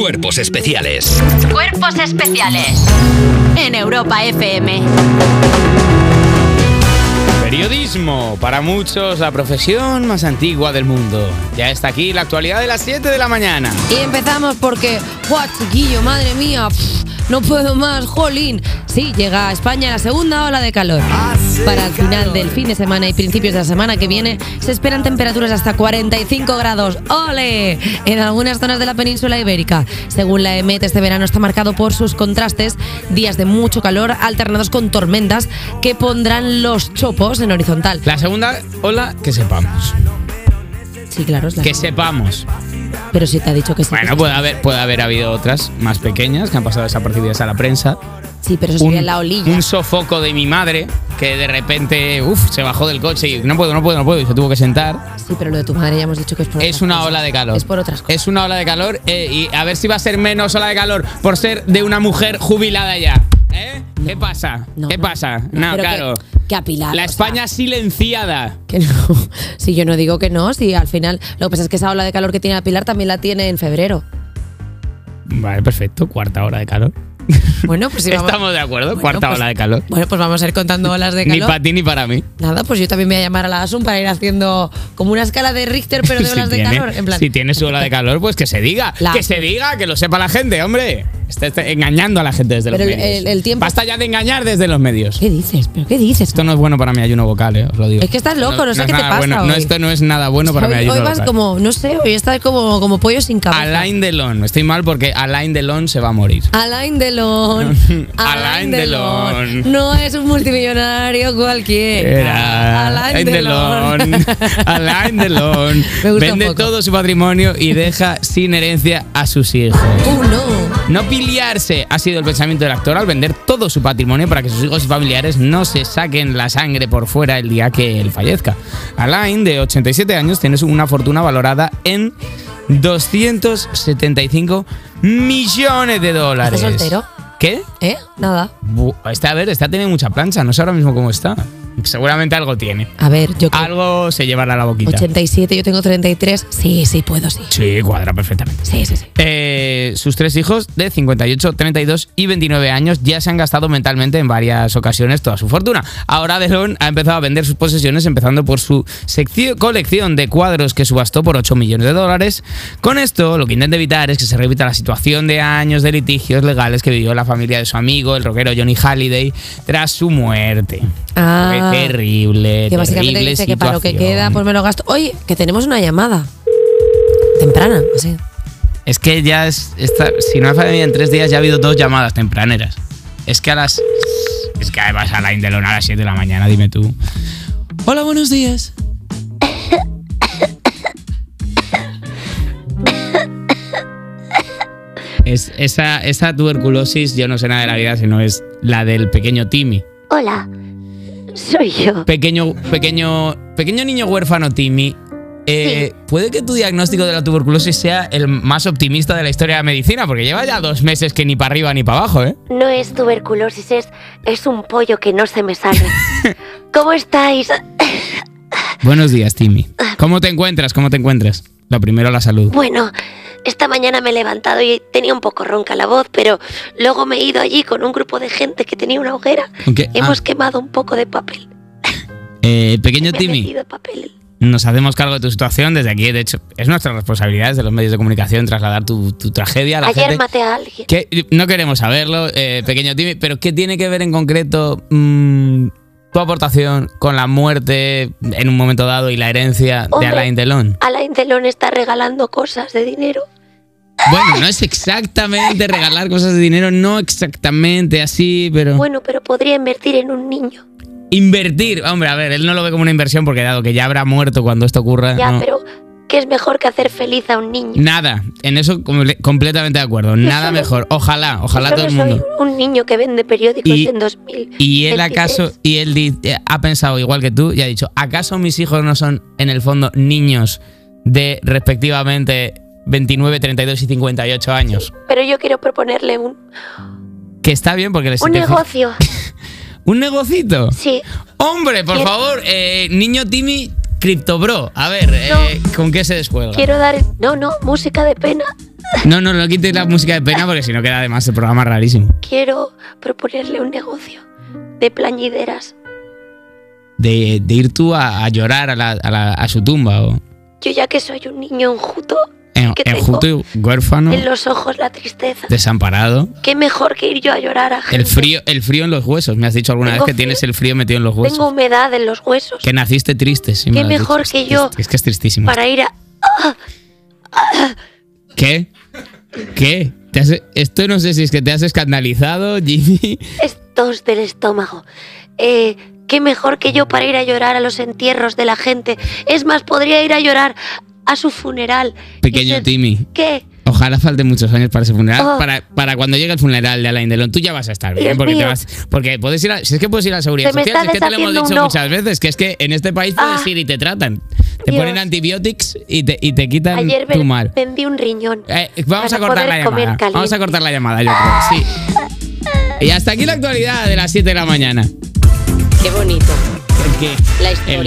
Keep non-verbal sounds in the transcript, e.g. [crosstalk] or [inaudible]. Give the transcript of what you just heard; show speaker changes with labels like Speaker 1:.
Speaker 1: Cuerpos especiales.
Speaker 2: Cuerpos especiales en Europa FM.
Speaker 3: Periodismo, para muchos la profesión más antigua del mundo. Ya está aquí la actualidad de las 7 de la mañana.
Speaker 4: Y empezamos porque, ¡guau, chiquillo, madre mía! pf, no puedo más, jolín. Sí, llega a España la segunda ola de calor. Para el final del fin de semana y principios de la semana que viene se esperan temperaturas hasta 45 grados. ¡Ole! En algunas zonas de la península ibérica. Según la EMET, este verano está marcado por sus contrastes, días de mucho calor alternados con tormentas que pondrán los chopos en horizontal.
Speaker 3: La segunda ola, que sepamos.
Speaker 4: Sí, claro, es la E
Speaker 3: Que sepamos.
Speaker 4: Pero sí te ha dicho que sí. que
Speaker 3: Bueno, pues puede
Speaker 4: sí.
Speaker 3: haber, puede haber habido otras más pequeñas que han pasado desapercibidas a la prensa.
Speaker 4: Sí, pero eso sería la olilla.
Speaker 3: un sofoco de mi madre que de repente uf, se bajó del coche y no puedo, no puedo, no puedo y se tuvo que sentar.
Speaker 4: Sí, pero lo de tu madre ya hemos dicho que es por
Speaker 3: Es
Speaker 4: otras
Speaker 3: una
Speaker 4: cosas.
Speaker 3: ola de calor.
Speaker 4: Es por otras cosas.
Speaker 3: Es una ola de calor eh, y a ver si va a ser menos ola de calor por ser de una mujer jubilada ya. ¿Eh? ¿Qué pasa?
Speaker 4: No,
Speaker 3: ¿Qué
Speaker 4: no.
Speaker 3: pasa? No,
Speaker 4: pero
Speaker 3: claro.
Speaker 4: Que, que apilar.
Speaker 3: La
Speaker 4: o sea,
Speaker 3: España silenciada.
Speaker 4: que no. [laughs] Si yo no digo que no, si al final. Lo que pasa es que esa ola de calor que tiene Pilar también la tiene en febrero.
Speaker 3: Vale, perfecto. Cuarta ola de calor.
Speaker 4: Bueno, pues si vamos.
Speaker 3: Estamos de acuerdo.
Speaker 4: Bueno,
Speaker 3: Cuarta
Speaker 4: pues-
Speaker 3: ola de calor.
Speaker 4: Bueno, pues vamos a ir contando olas de
Speaker 3: Ni para
Speaker 4: calor.
Speaker 3: ti ni para mí.
Speaker 4: Nada, pues yo también me voy a llamar a la Asun para ir haciendo como una escala de Richter, pero
Speaker 3: [laughs]
Speaker 4: de
Speaker 3: Si
Speaker 4: olas de
Speaker 3: tiene-
Speaker 4: calor. En plan,
Speaker 3: Si tiene su ola de calor, pues que se diga.
Speaker 4: La-
Speaker 3: Que se diga, que lo sepa la gente, hombre. Está, está engañando a la gente desde los
Speaker 4: Pero el-
Speaker 3: medios.
Speaker 4: el- el tiempo-
Speaker 3: Basta ya de engañar desde los medios.
Speaker 4: ¿Qué dices? ¿Pero qué dices?
Speaker 3: Esto no es bueno para mi ayuno vocal, eh, os lo digo.
Speaker 4: Es que estás loco, no sé
Speaker 3: es
Speaker 4: qué te
Speaker 3: nada
Speaker 4: pasa
Speaker 3: bueno.
Speaker 4: hoy.
Speaker 3: No, esto no es nada bueno para mi
Speaker 4: hoy,
Speaker 3: ayuno
Speaker 4: hoy vas
Speaker 3: vocal.
Speaker 4: como, no sé, hoy estás como, como pollo sin cabeza.
Speaker 3: Alain Delon, estoy mal porque Alain Delon se va a morir.
Speaker 4: Alain Delon.
Speaker 3: [laughs] Alain Delon.
Speaker 4: No es un multimillonario cualquiera.
Speaker 3: Era Alain
Speaker 4: [laughs]
Speaker 3: Delon. Alain Delon.
Speaker 4: Me gusta
Speaker 3: Vende
Speaker 4: un poco.
Speaker 3: todo su patrimonio y deja sin herencia a sus hijos.
Speaker 4: Uh, no.
Speaker 3: No piliarse ha sido el pensamiento del actor al vender todo su patrimonio para que sus hijos y familiares no se saquen la sangre por fuera el día que él fallezca. Alain, de 87 años, tiene una fortuna valorada en 275 millones de dólares.
Speaker 4: ¿Está soltero?
Speaker 3: ¿Qué?
Speaker 4: ¿Eh? Nada.
Speaker 3: Bu- Está, a ver, está teniendo mucha plancha, no sé ahora mismo cómo está. Seguramente algo tiene.
Speaker 4: A ver, yo creo.
Speaker 3: Algo se llevará a la boquita.
Speaker 4: 87, yo tengo 33. Sí, sí, puedo, sí.
Speaker 3: Sí, cuadra perfectamente.
Speaker 4: Sí, sí, sí.
Speaker 3: Eh, sus tres hijos de 58, 32 y 29 años ya se han gastado mentalmente en varias ocasiones toda su fortuna. Ahora Delon ha empezado a vender sus posesiones empezando por su seccio- colección de cuadros que subastó por 8 millones de dólares. Con esto lo que intenta evitar es que se repita la situación de años de litigios legales que vivió la familia de su amigo, el rockero Johnny Halliday, tras su muerte.
Speaker 4: Ah.
Speaker 3: Fue terrible,
Speaker 4: Que básicamente
Speaker 3: terrible
Speaker 4: dice que para lo que
Speaker 3: situación.
Speaker 4: queda, pues me lo gasto. Oye, que tenemos una llamada. Temprana, así.
Speaker 3: Es que ya es. esta- si no ha fallado en tres días, ya ha habido dos llamadas tempraneras. Es que a las. Es que vas a la Indelon a las 7 de la mañana, dime tú. Hola, buenos días. Es, esa, esa tuberculosis, yo no sé nada de la vida, sino es la del pequeño Timmy.
Speaker 5: Hola, soy yo.
Speaker 3: Pequeño, pequeño, pequeño niño huérfano Timmy. eh, Puede que tu diagnóstico de la tuberculosis sea el más optimista de la historia de la medicina, porque lleva ya dos meses que ni para arriba ni para abajo, ¿eh?
Speaker 5: No es tuberculosis, es, es un pollo que no se
Speaker 3: [laughs]
Speaker 5: me sale. ¿Cómo estáis?
Speaker 3: Buenos días, Timmy. ¿Cómo te encuentras? ¿Cómo te encuentras? Lo primero, la salud.
Speaker 5: Bueno, esta mañana me he levantado y tenía un poco ronca la voz, pero luego me he ido allí con un grupo de gente que tenía una hoguera.
Speaker 3: ¿Qué?
Speaker 5: Hemos
Speaker 3: Ah.
Speaker 5: quemado un poco de papel.
Speaker 3: Eh, pequeño
Speaker 5: Me ha
Speaker 3: Timmy.
Speaker 5: metido papel.
Speaker 3: Nos hacemos cargo de tu situación desde aquí. De hecho, es nuestra responsabilidad desde los medios de comunicación trasladar tu, tu tragedia a la
Speaker 5: Ayer
Speaker 3: gente.
Speaker 5: maté a alguien.
Speaker 3: Que- No queremos saberlo, eh, pequeño Timmy, pero ¿qué tiene que ver en concreto mm, tu aportación con la muerte en un momento dado y la herencia
Speaker 5: Hombre.
Speaker 3: de Alain Delon?
Speaker 5: Alain Delon está regalando cosas de dinero.
Speaker 3: Bueno, no es exactamente regalar cosas de dinero, no exactamente así, pero...
Speaker 5: Bueno, pero podría invertir en un niño.
Speaker 3: Invertir, hombre, a ver, él no lo ve como una inversión porque dado que ya habrá muerto cuando esto ocurra...
Speaker 5: Ya,
Speaker 3: Ah, no.
Speaker 5: pero ¿qué es mejor que hacer feliz a un niño?
Speaker 3: Nada, en eso comple- completamente de acuerdo, nada
Speaker 5: solo-
Speaker 3: mejor. Ojalá, ojalá
Speaker 5: Yo
Speaker 3: todo
Speaker 5: no
Speaker 3: el
Speaker 5: soy
Speaker 3: mundo.
Speaker 5: un niño que vende periódicos
Speaker 3: Y-
Speaker 5: en 2000.
Speaker 3: Y él acaso, y él di- eh, ha pensado igual que tú y ha dicho, ¿acaso mis hijos no son en el fondo niños de respectivamente 29, 32 y 58 años?
Speaker 5: Pero yo quiero proponerle un,
Speaker 3: Que está bien porque les...
Speaker 5: un negocio.
Speaker 3: ¿Un negocito?
Speaker 5: Sí.
Speaker 3: Hombre, por
Speaker 5: Quiero-
Speaker 3: favor, eh, niño Timmy, CryptoBro. A ver, eh, ¿con qué se descuelga?
Speaker 5: Quiero dar. No, no, música de pena.
Speaker 3: No, no, no quites la música de pena porque si no queda además el programa rarísimo.
Speaker 5: Quiero proponerle un negocio de plañideras.
Speaker 3: De, de ir tú a, a llorar a, la- a la- a su tumba o
Speaker 5: Yo ya que soy un niño enjuto,
Speaker 3: en,
Speaker 5: que tengo
Speaker 3: enjuto y huérfano,
Speaker 5: en los ojos la tristeza,
Speaker 3: desamparado.
Speaker 5: qué mejor que ir yo a llorar a gente.
Speaker 3: El frío, el frío en los huesos. Me has dicho alguna vez
Speaker 5: Tengo
Speaker 3: que
Speaker 5: frío.
Speaker 3: tienes el frío metido en los huesos.
Speaker 5: Tengo humedad en los huesos
Speaker 3: Que naciste triste. sí me
Speaker 5: Qué
Speaker 3: lo has dicho.
Speaker 5: mejor
Speaker 3: Es
Speaker 5: que
Speaker 3: trist-
Speaker 5: yo
Speaker 3: Es que es tristísimo.
Speaker 5: para ir a...
Speaker 3: ¿Qué? ¿Qué? ¿Te has- esto no sé si es que te has escandalizado,
Speaker 5: [laughs]
Speaker 3: Jimmy.
Speaker 5: Es tos del estómago. Eh, qué mejor que yo para ir a llorar a los entierros de la gente. Es más, podría ir a llorar a su funeral. y
Speaker 3: Pequeño
Speaker 5: ser-
Speaker 3: Timmy.
Speaker 5: ¿Qué?
Speaker 3: Ojalá falten muchos años para ese funeral.
Speaker 5: Oh.
Speaker 3: Para, para cuando llegue el funeral de Alain Delon, tú ya vas a estar bien.
Speaker 5: Dios
Speaker 3: Porque, te
Speaker 5: mío.
Speaker 3: vas, porque puedes ir a, si es que puedes ir a la seguridad
Speaker 5: Se me
Speaker 3: social, si es
Speaker 5: está
Speaker 3: que te lo hemos
Speaker 5: deshaciendo un
Speaker 3: dicho
Speaker 5: ojo.
Speaker 3: muchas veces, que es que en este país
Speaker 5: Ah.
Speaker 3: puedes ir y te tratan. Te
Speaker 5: Dios.
Speaker 3: ponen antibióticos y te, y te quitan
Speaker 5: Ayer
Speaker 3: tu
Speaker 5: ven-
Speaker 3: mal.
Speaker 5: vendí un riñón.
Speaker 3: Eh, vamos
Speaker 5: para
Speaker 3: a cortar la
Speaker 5: poder comer
Speaker 3: llamada. Vamos a
Speaker 5: caliente.
Speaker 3: cortar la llamada, yo creo.
Speaker 5: [laughs]
Speaker 3: Sí. Y hasta aquí la actualidad de las 7 de la mañana.
Speaker 4: Qué bonito.
Speaker 3: Porque
Speaker 4: La historia